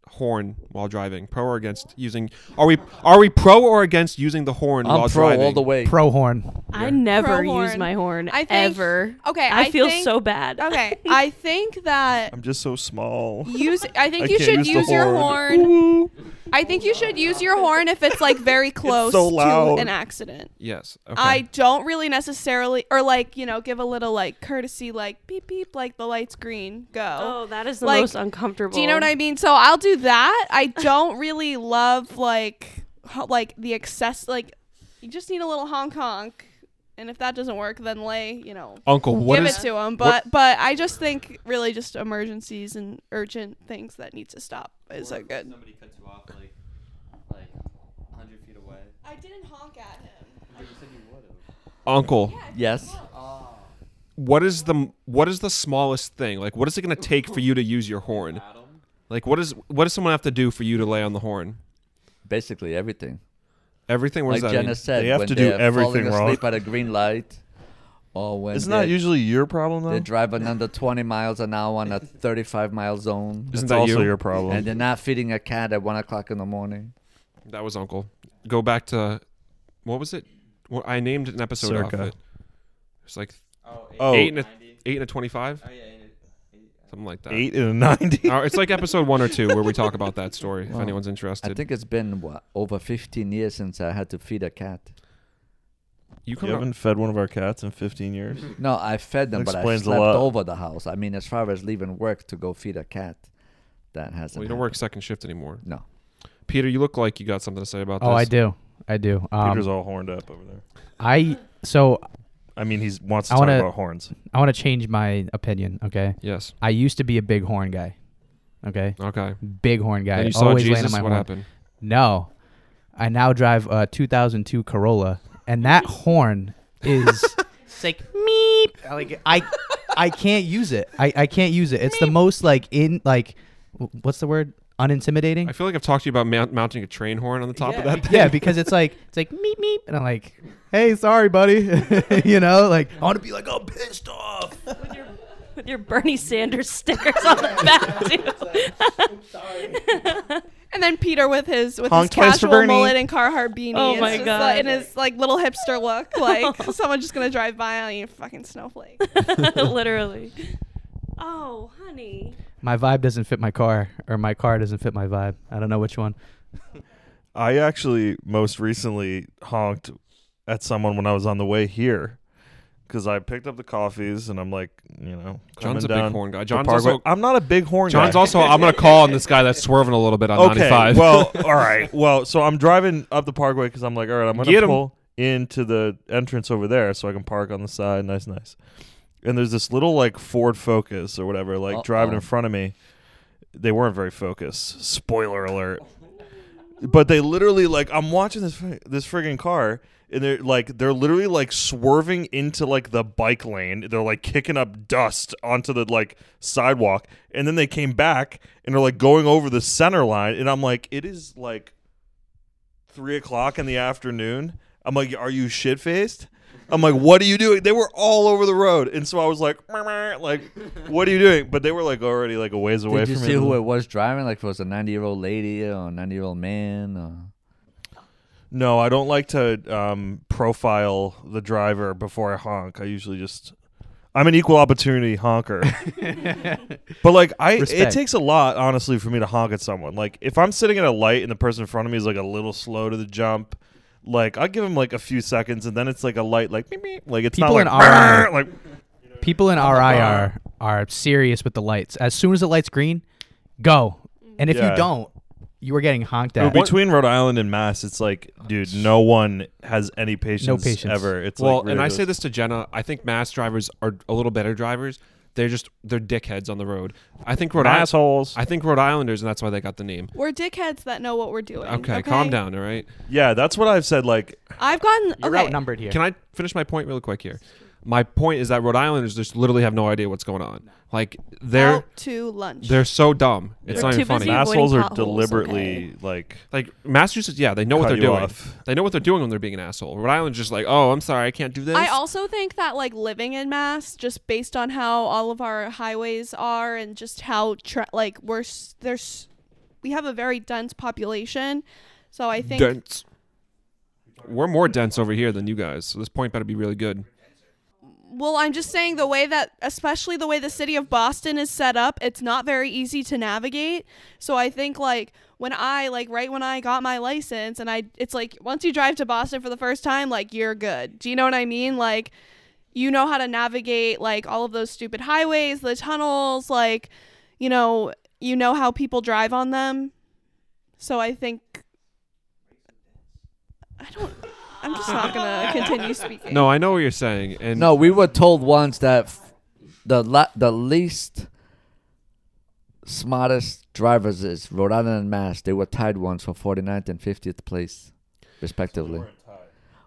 horn while driving? Pro or against using? Are we are we pro or against using the horn I'm while pro driving? all the way. Pro horn. I never Pro use horn. my horn. I think- ever. okay, I, I feel think- so bad. Okay. I think that I'm just so small. use I think I you can't should use the use your horn. horn. Oh, I think you should use your horn if it's like very close so loud. to an accident. Yes. Okay. I don't really necessarily or like, you know, give a little like courtesy like beep beep like the light's green, go. oh, that is the Like, most uncomfortable. Do you know what I mean? So I'll do that. I don't really love like ho- like the excess like you just need a little honk honk. And if that doesn't work, then lay, you know, Uncle, what give is- it to him. But but I just think really just emergencies and urgent things that need to stop is Or a if good. Somebody cuts you off like, like 100 feet away. I didn't honk at him. But you said you would have. Uncle? Yes. what is the what is the smallest thing like what is it going to take for you to use your horn Adam? like what is what does someone have to do for you to lay on the horn Basically everything. everything what Like does that Jenna mean? said, They have when to do they're everything falling wrong. asleep at a green light, or when Isn't they're, that usually your problem they're though? driving under 20 miles an hour on a 35 mile zone, isn't That's that also you? your problem. and they're not feeding a cat at one o'clock in the morning. that was uncle go back to what was it well, i named an episode off Circa. it it's like Oh, eight, Oh. eight and a 90. eight and a 25 Oh, yeah. Eight, eight, something like that Eight and a ninety. Uh, it's like episode one or two where we talk about that story if anyone's interested I think it's been what, over 15 years since I had to feed a cat. you You come up, haven't fed one of our cats in 15 years. No, I fed them, That but I explains a slept lot. over the house. I mean, as far as leaving work to go feed a cat, that hasn't. well, you don't happened. work second shift anymore No. peter you look like you got something to say about Oh, I this do. I do. Peter's Um, all horned up over there. I so I mean, he wants to I talk wanna- about horns. I want to change my opinion. Okay. yes I used to be a big horn guy. Okay. okay Big horn guy. and you saw Always laying jesus on my what horn. happened No. I now drive a 2002 Corolla, and that horn is it's like meep. I Like I, I can't use it. I, I can't use it. It's the most like in like, w- what's the word? Unintimidating. I feel like I've talked to you about mount- mounting a train horn on the top of that. thing. yeah, because it's like it's like meep meep, and I'm like, hey, sorry, buddy. you know, like I want to be like, oh, pissed off. With your Bernie Sanders stickers on the back too. And then Peter with his with Honk his twice for casual Bernie. mullet and Carhartt beanie. Oh It's my just God. Like, in his like little hipster look, like someone's just gonna drive by on you, fucking snowflake. Literally. Oh, honey. My vibe doesn't fit my car, or my car doesn't fit my vibe. I don't know which one. I actually most recently honked at someone when I was on the way here because I picked up the coffees and I'm like, you know, coming John's a big down horn guy. the John's parkway. also- I'm not a big horn guy. John's also. I'm gonna call on this guy that's swerving a little bit on okay. 95. well, all right. Well, so I'm driving up the parkway because I'm like, all right, I'm gonna Get 'em. pull into the entrance over there so I can park on the side. Nice, nice. And there's this little like Ford Focus or whatever, like driving Uh-oh. in front of me. They weren't very focused. Spoiler alert. But they literally like I'm watching this fri- this friggin' car and they're like they're literally like swerving into like the bike lane. They're like kicking up dust onto the like sidewalk and then they came back and they're like going over the center line and I'm like it is like three o'clock in the afternoon. I'm like, are you shit faced? I'm like, what are you doing? They were all over the road, and so I was like, "Meow, meow," like, what are you doing? But they were like already like a ways away Did you from see me. who it was driving? Like if it was a 90 year old lady or a 90 year old man. Or... No, I don't like to um, profile the driver before I honk. I usually just I'm an equal opportunity honker. but like I it Respect. takes a lot honestly for me to honk at someone. Like if I'm sitting at a light and the person in front of me is like a little slow to the jump, like I'll give them like a few seconds and then it's like a light like meep, meep. like it's People not in like, RI. like People in RI are, are serious with the lights. As soon as the light's green, go. And if Yeah. you don't, you are getting honked Well, at. between Rhode Island and Mass, it's like, dude, no one has any patience, patience. ever. It's well, like and I ridiculous. say this to Jenna. I think mass drivers are a little better drivers. They're just they're dickheads on the road. I think Rhode Island. assholes. I think Rhode Islanders, and that's why they got the name. We're dickheads that know what we're doing. Okay, calm down. All right. yeah, that's what I've said. Like, I've gotten You're okay. outnumbered here. Can I finish my point really quick here? My point is that Rhode Islanders just literally have no idea what's going on. Like they're out to lunch. they're so dumb. It's They're not even too busy funny. avoiding assholes are potholes, deliberately like, Like Massachusetts, yeah, they know what Cut they're you doing. off. They know what they're doing when they're being an asshole. Rhode Island's just like, oh, I'm sorry, I can't do this. I also think that like living in Mass, just based on how all of our highways are and just how tra- like we're s- there's we have a very dense population, so I think dense. We're more dense over here than you guys, so this point better be really good. well I'm just saying the way that especially the way the city of Boston is set up, it's not very easy to navigate. So I think like when I like right when I got my license and I it's like once you drive to Boston for the first time, like you're good. Do you know what I mean? Like you know how to navigate like all of those stupid highways, the tunnels, like you know, you know how people drive on them. So I think I don't I'm just not going to continue speaking. No, I know what you're saying, and No, we were told once that f- the la- the least smartest drivers is Rhode Island and Mass. They were tied once for 49th and 50th place, respectively.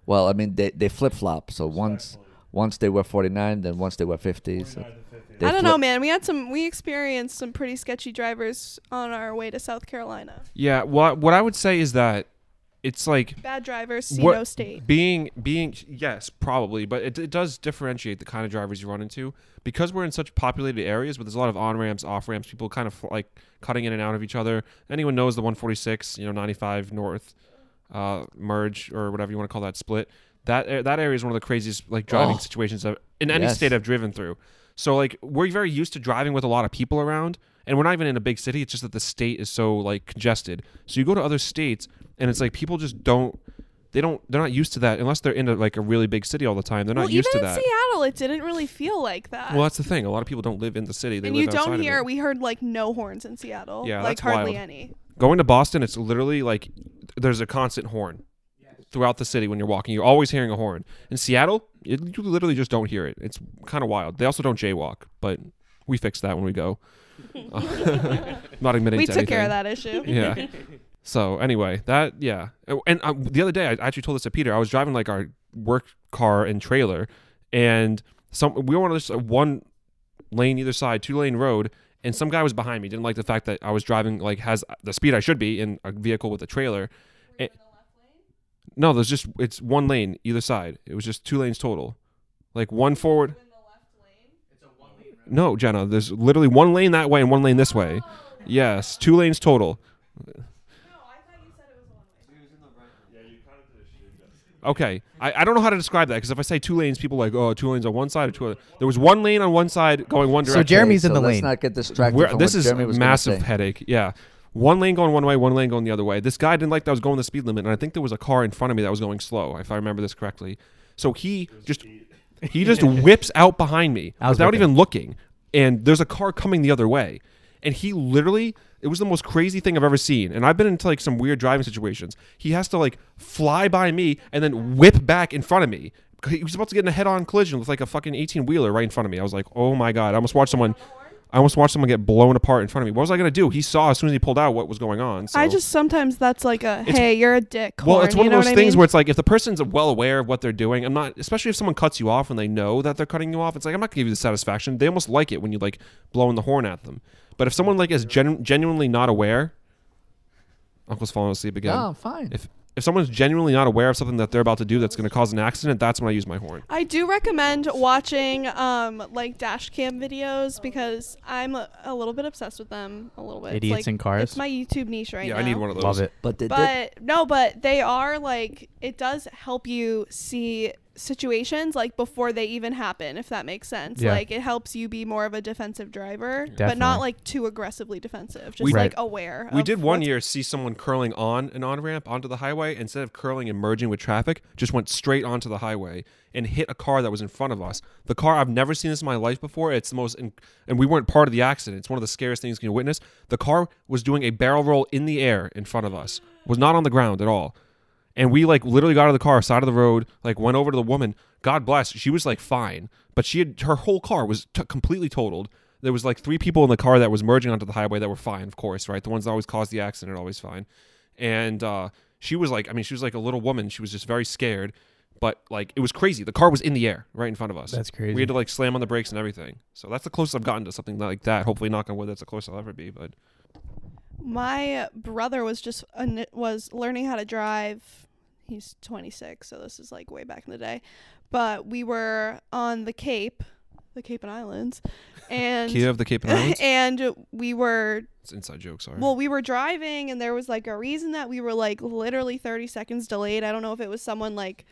Well, I mean they they flip flop. So once once they were 49, then once they were 50. So they I don't know, flip- man. We had some we experienced some pretty sketchy drivers on our way to South Carolina. yeah, what what I would say is that it's like Bad drivers, see What- no state. being being yes probably but it, it does differentiate the kind of drivers you run into because we're in such populated areas where there's a lot of on ramps off ramps people kind of fl- like cutting in and out of each other anyone knows the 146 you know 95 north uh merge or whatever you want to call that split that a- that area is one of the craziest like driving Oh. situations I've, in any Yes. state i've driven through so like we're very used to driving with a lot of people around and we're not even in a big city it's just that the state is so like congested so you go to other states and it's like people just don't they don't they're not used to that unless they're in a, like a really big city all the time. They're not well, used even to in that. Seattle, it didn't really feel like that. Well, that's the thing. A lot of people don't live in the city. They and live you don't outside hear. Of it. We heard like no horns in Seattle. Yeah, like that's hardly wild. any. Going to Boston, it's literally like there's a constant horn throughout the city when you're walking. You're always hearing a horn. In Seattle, it, you literally just don't hear it. It's kind of wild. They also don't jaywalk, but we fix that when we go. not admitting We to took care anything. of that issue. yeah. So anyway, that yeah, Oh, and um, the other day I actually told this to Peter. I was driving like our work car and trailer, and some we were on this uh, one lane either side, two lane road, and some guy was behind me. Didn't like the fact that I was driving like has the speed I should be in a vehicle with a trailer. And- no, there's just it's one lane either side. It was just two lanes total, like one forward. No, Jenna, there's literally one lane that way and one lane this way. Yes, two lanes total. Okay, I, I don't know how to describe that because if I say two lanes, people are like oh two lanes on one side or two other. There was one lane on one side going one So direction. Jeremy's in so the let's lane. not get distracted. We're- from this what is Jeremy a was gonna massive say. headache. Yeah, one lane going one way, one lane going the other way. This guy didn't like that I was going the speed limit, and I think there was a car in front of me that was going slow, if I remember this correctly. So he just he just whips out behind me I was without looking. even looking, and there's a car coming the other way, and he literally. It was the most crazy thing I've ever seen, and I've been into like some weird driving situations. He has to like fly by me and then whip back in front of me. He was about to get in a head-on collision with like a fucking eighteen-wheeler right in front of me. I was like, "Oh my god!" I almost watched someone I almost watched someone get blown apart in front of me. What was I gonna do? He saw as soon as he pulled out what was going on. So. I just sometimes that's like a hey, you're a dick. well, horn, it's one of you know those what I things mean? where it's like if the person's well aware of what they're doing, I'm not. Especially if someone cuts you off and they know that they're cutting you off, it's like I'm not gonna give you the satisfaction. They almost like it when you like blowing the horn at them. But if someone like is genu- genuinely not aware, Uncle's falling asleep again. Oh, No, I'm fine. If if someone's genuinely not aware of something that they're about to do that's gonna cause an accident, that's when I use my horn. I do recommend watching um like dash cam videos because I'm a, a little bit obsessed with them. A little bit. It's Idiots like- in cars. It's my YouTube niche right yeah, now. I need one of those. Love it. but they did. but no but they are like it does help you see situations like before they even happen, if that makes sense. Yeah. Like it helps you be more of a defensive driver, but Definitely. not like too aggressively defensive. Just We- like Right. aware. We of did one what's- year see someone curling on an on ramp onto the highway instead of curling and merging with traffic, just went straight onto the highway and hit a car that was in front of us. The car I've never seen this in my life before. It's the most, in- and we weren't part of the accident. It's one of the scariest things you can witness. The car was doing a barrel roll in the air in front of us, was not on the ground at all. And we like literally got out of the car, side of the road, like went over to the woman. God bless, she was like fine, but she had her whole car was t- completely totaled. There was like three people in the car that was merging onto the highway that were fine, of course, right? The ones that always cause the accident are always fine. And uh, she was like, I mean, she was like a little woman. She was just very scared, but like it was crazy. The car was in the air right in front of us. That's crazy. We had to like slam on the brakes and everything. So that's the closest I've gotten to something like that. Hopefully, knock on wood, that's the closest I'll ever be. But My brother was just an- was learning how to drive. He's 26, so this is like way back in the day. But we were on the Cape, the Cape and Islands, and Kia of the Cape and Islands. and we were it's an inside joke, sorry. Well, we were driving and there was like a reason that we were like literally 30 seconds delayed. I don't know if it was someone like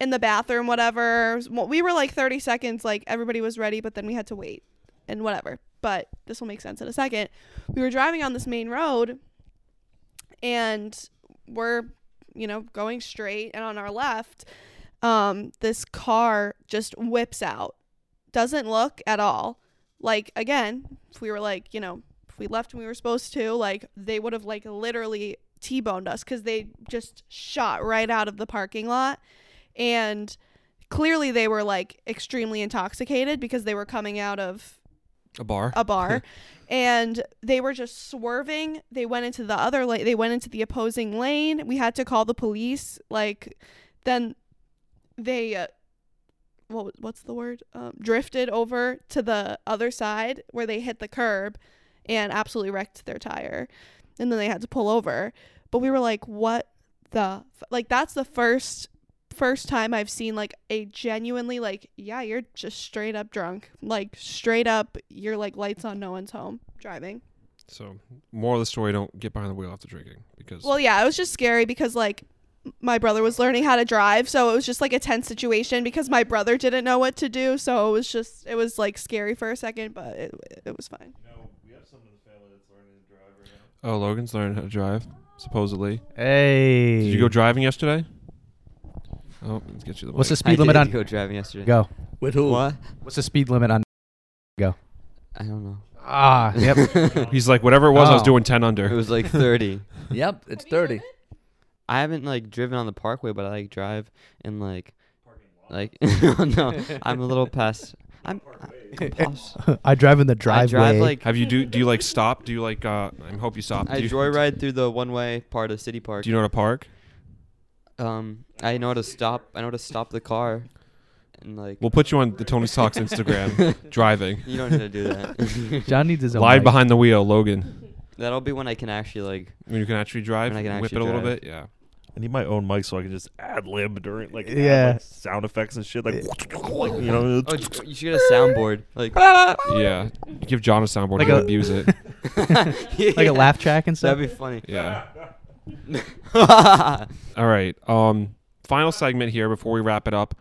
in the bathroom, whatever. Well, We were like 30 seconds, like everybody was ready, but then we had to wait and whatever. But this will make sense in a second. We were driving on this main road and we're, you know, going straight and on our left, um, this car just whips out. Doesn't look at all. Like again, if we were like, you know, if we left when we were supposed to, like they would have like literally T-boned us because they just shot right out of the parking lot, and clearly they were like extremely intoxicated because they were coming out of a bar. a bar, and they were just swerving. They went into the other lane. They went into the opposing lane. We had to call the police. Like, then they. Uh, what, wa- what's the word? Um, drifted over to the other side where they hit the curb and absolutely wrecked their tire. And then they had to pull over. But we were like, what the? F-? Like, that's the first first time I've seen like a genuinely like, yeah, you're just straight up drunk. Like straight up, you're like lights on, no one's home driving. So, moral of the story: don't get behind the wheel after drinking because Well, yeah, it was just scary because like m- my brother was learning how to drive, so it was just like a tense situation because my brother didn't know what to do, so it was just it was like scary for a second, but it it was fine. oh, Logan's learning how to drive supposedly. Hey. Did you go driving yesterday? Oh, let's get you the. What's the mic. speed I limit did on? go driving yesterday. Go. With who? What? What's the speed limit on? I don't know. Ah, yep. He's like, whatever it was, I was Oh. doing ten It under. was like 30. Yep, it's thirty. I haven't like driven on the parkway, but I like drive and like like oh, no, I'm a little past. I'm, I'm pos- I drive in the I driveway. drive like Have you do? Do you like stop? Do you like? uh I hope you stop. I do you, joyride through the one way part of City Park. Do you know how to park? um, I know how to stop. I know how to stop the car, and like We'll put you on the Tony's Talks Instagram. driving. you don't need to do that. John needs his own. Live mic. behind the wheel, Logan. That'll be when I can actually like. When you can actually drive, When I can whip actually it a little drive. bit. Yeah. I need my own mic so I can just ad lib during like add, Yeah. like, sound effects and shit like, like, you know. Oh, you should get a soundboard. Like Yeah. You give John a soundboard Like and a- abuse it. Like a laugh track and stuff. That'd be funny. Yeah. Yeah. All right. Um, final segment here before we wrap it up.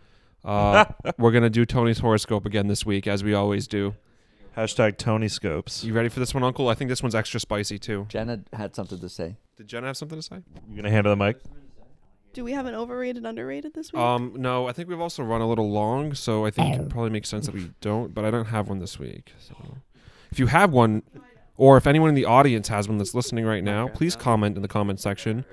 Uh, we're gonna do Tony's horoscope again this week, as we always do. Hashtag Tony Scopes. You You ready for this one, Uncle? I think this one's extra spicy too. Jenna had something to say. Did Jenna have something to say? gonna hand her the mic? Do we have an overrated underrated this week? Um, no, I think we've also run a little long, so I think it probably makes sense that we don't. But I don't have one this week. So, if you have one, or if anyone in the audience has one that's listening right now, please comment in the comment section.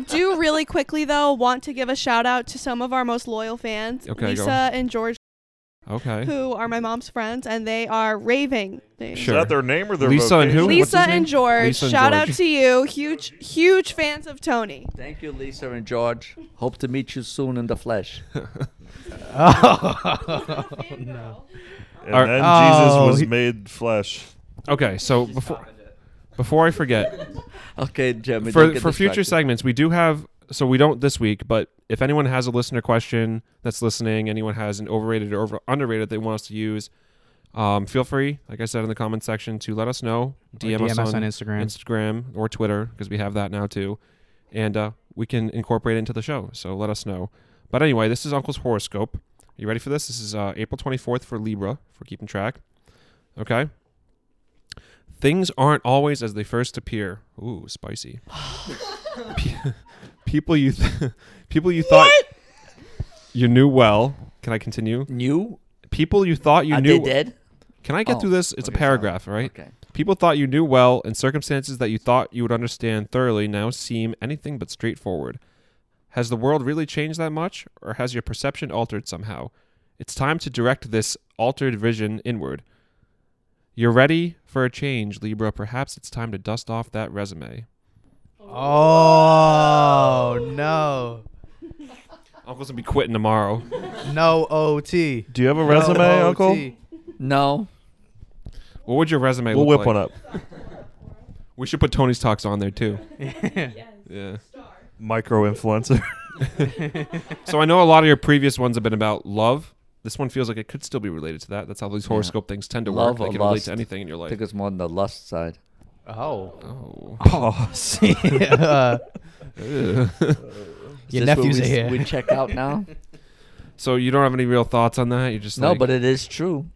do really quickly though want to give a shout out to some of our most loyal fans, Okay, go. Lisa and George, Okay. who are my mom's friends, and they are raving. They- Sure. Is that their name or their Lisa and who? vocation? What's his Lisa and name? George, Lisa and shout George. out to you, huge huge fans of Tony. Thank you, Lisa and George. Hope to meet you soon in the flesh. Oh no. And Alright. then Oh, Jesus was he- made flesh. Okay. So before before I forget, Okay, Jimmy. for don't get for future distracted. segments, we do have. So we don't this week, but if anyone has a listener question that's listening, anyone has an overrated or over, underrated they want us to use, um, feel free, like I said in the comment section, to let us know. DM, DM us on Instagram. Instagram or Twitter because we have that now too, and uh, we can incorporate it into the show. So let us know. But anyway, this is Uncle's horoscope. You ready for this? This is uh, April 24th for Libra, for keeping track. Okay. Things aren't always as they first appear. Ooh, spicy. Pe- people you th- people you thought you knew well. Can I continue? New? People you thought you Are knew. they dead? Can I get Oh, through this? It's okay, a paragraph, all right? Okay. People thought you knew well, and circumstances that you thought you would understand thoroughly now seem anything but straightforward. Has the world really changed that much, or has your perception altered somehow? It's time to direct this altered vision inward. You're ready for a change, Libra. Perhaps it's time to dust off that resume. Oh no, Uncle's gonna be quitting tomorrow. no OT. Do you have a resume, No Uncle? OT. No. What would your resume We'll look like? whip one up. We should put Tony's talks on there too. yeah. Micro influencer. So I know a lot of your previous ones have been about love. This one feels like it could still be related to that. That's how these horoscope things tend to Love work. or They can relate lust. to anything in your I life. think it's more on the lust side. Oh, Oh. Pause. Uh, Is your this what nephews we, are here. We check out now? So you don't have any real thoughts on that? You're just no, like, but it is true.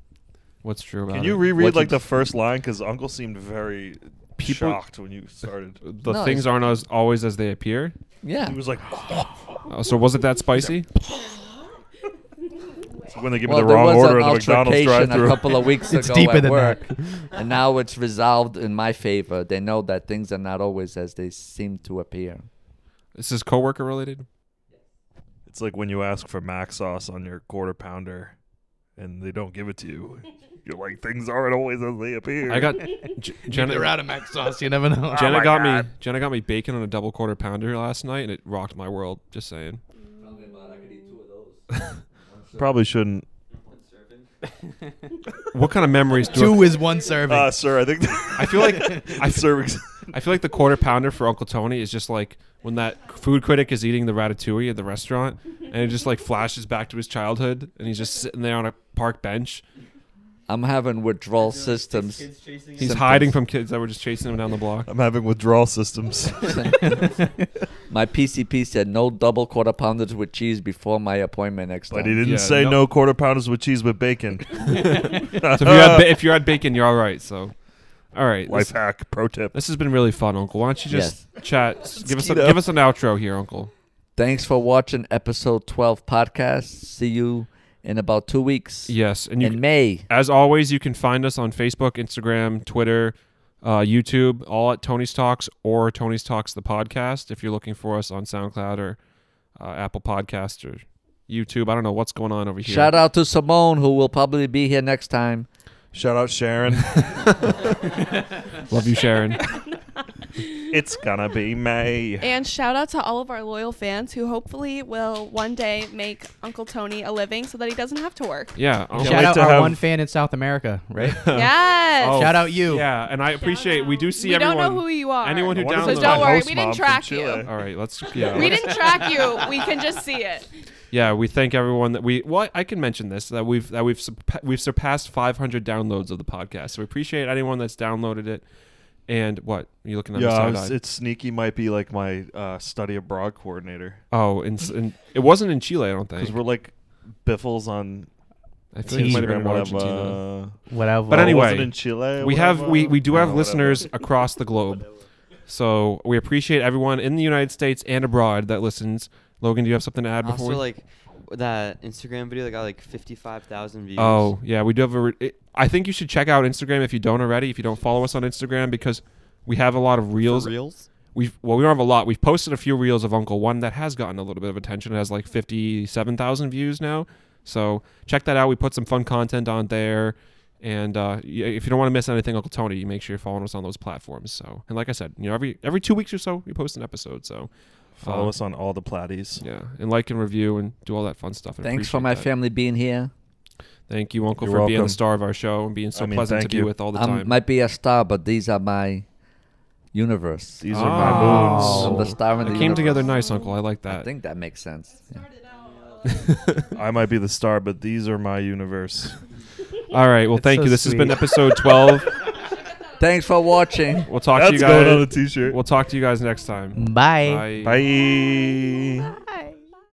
what's true about Can you it? reread What like you- the first line? Because Uncle seemed very People- shocked when you started. the No, things it's- aren't as always as they appear. Yeah. He was like, Oh, so was it that spicy? It's when they give well, me the there wrong was order an at the McDonald's altercation a drive-thru. couple of weeks It's ago deeper at than work, that. and now it's resolved in my favor. They know that things are not always as they seem to appear. This is coworker related. It's like when you ask for mac sauce on your quarter pounder, and they don't give it to you. You're like, things aren't always as they appear. I got J- they're Jenna. out of mac sauce. You never know. Jenna got me. Jenna got me bacon on a double quarter pounder last night, and it rocked my world. Just saying. probably shouldn't. What kind of memories do Two is one serving. Uh, sir, I think I feel like I I serving. I feel like the quarter pounder for Uncle Tony is just like when that food critic is eating the ratatouille at the restaurant, and it just like flashes back to his childhood, and he's just sitting there on a park bench. I'm having withdrawal systems. He's hiding from kids that were just chasing him down the block. I'm having withdrawal systems. My PCP said no double quarter pounders with cheese before my appointment next But he time. didn't Yeah, say no- no. quarter pounders with cheese with bacon. So if you had, ba- if you had bacon, you're all right. So, all right. Life This, hack pro tip. this has been really fun, Uncle. Why don't you just chat? s- give us a, give us an outro here, Uncle. Thanks for watching episode 12 podcast. See you in about two weeks Yes, and you in May. as always, you can find us on Facebook, Instagram, Twitter, uh, YouTube, all at Tony's Talks or Tony's Talks the podcast. If you're looking for us on SoundCloud or uh, Apple Podcast or YouTube, I don't know what's going on over here. Shout out to Simone, who will probably be here next time. Shout out Sharon. Love you, Sharon. it's gonna be May. And shout out to all of our loyal fans who hopefully will one day make Uncle Tony a living so that he doesn't have to work. yeah. I'll- Yeah. Shout wait out to our have- one fan in South America, right? yes. Oh, Shout out you. Yeah, and I appreciate we do see we everyone. don't know who you are. anyone who I wonder if downloads- it's So don't my worry, host we didn't mom from track Chile. you. all right, let's. Yeah, we didn't track you. We can just see it. yeah, we thank everyone that we. Well, I can mention this that we've that we've surpa- we've surpassed 500 downloads of the podcast. So we appreciate anyone that's downloaded it. And what are you looking at? me Yeah, I side-eye? was- it's sneaky. Might be like my uh, study abroad coordinator Oh, in, in, it wasn't in Chile, I don't think. because we're like biffles on I feel like it might have been in Instagram, Argentina. whatever. Whatever. But Oh, anyway, was it in Chile. We have we, we do Whatever. have Whatever. listeners across the globe, so we appreciate everyone in the United States and abroad that listens. Logan, do you have something to add before? Also, we- like that Instagram video that got like fifty-five thousand views. oh yeah, we do have a. Re- it- I think you should check out Instagram if you don't already. If you don't follow us on Instagram, because we have a lot of reels. reels. We've well, we don't have a lot. We've posted a few reels of Uncle One that has gotten a little bit of attention. It has like fifty-seven thousand views now. So check that out. We put some fun content on there. And uh, y- if you don't want to miss anything, Uncle Tony, you make sure you're following us on those platforms. So, and like I said, you know, every every two weeks or so, we post an episode. So, Follow Um, us on all the platies. yeah, and like and review and do all that fun stuff. and Thanks for appreciate my that. family being here. Thank you, Uncle, You're for being the welcome. star of our show and being so I mean, pleasant to thank be you. with all the I time. might be a star, but these are my universe. These I'm Oh. are the star in it the came universe. together nice, Uncle. I like I that. think that makes sense. Yeah. my moons. I might be the star, but these are my universe. all right. Well, It's thank so you. This has been sweet. episode twelve. Thanks for watching. We'll talk to That's you guys. going on a t-shirt. We'll talk to you guys next time. Bye. Bye. Bye.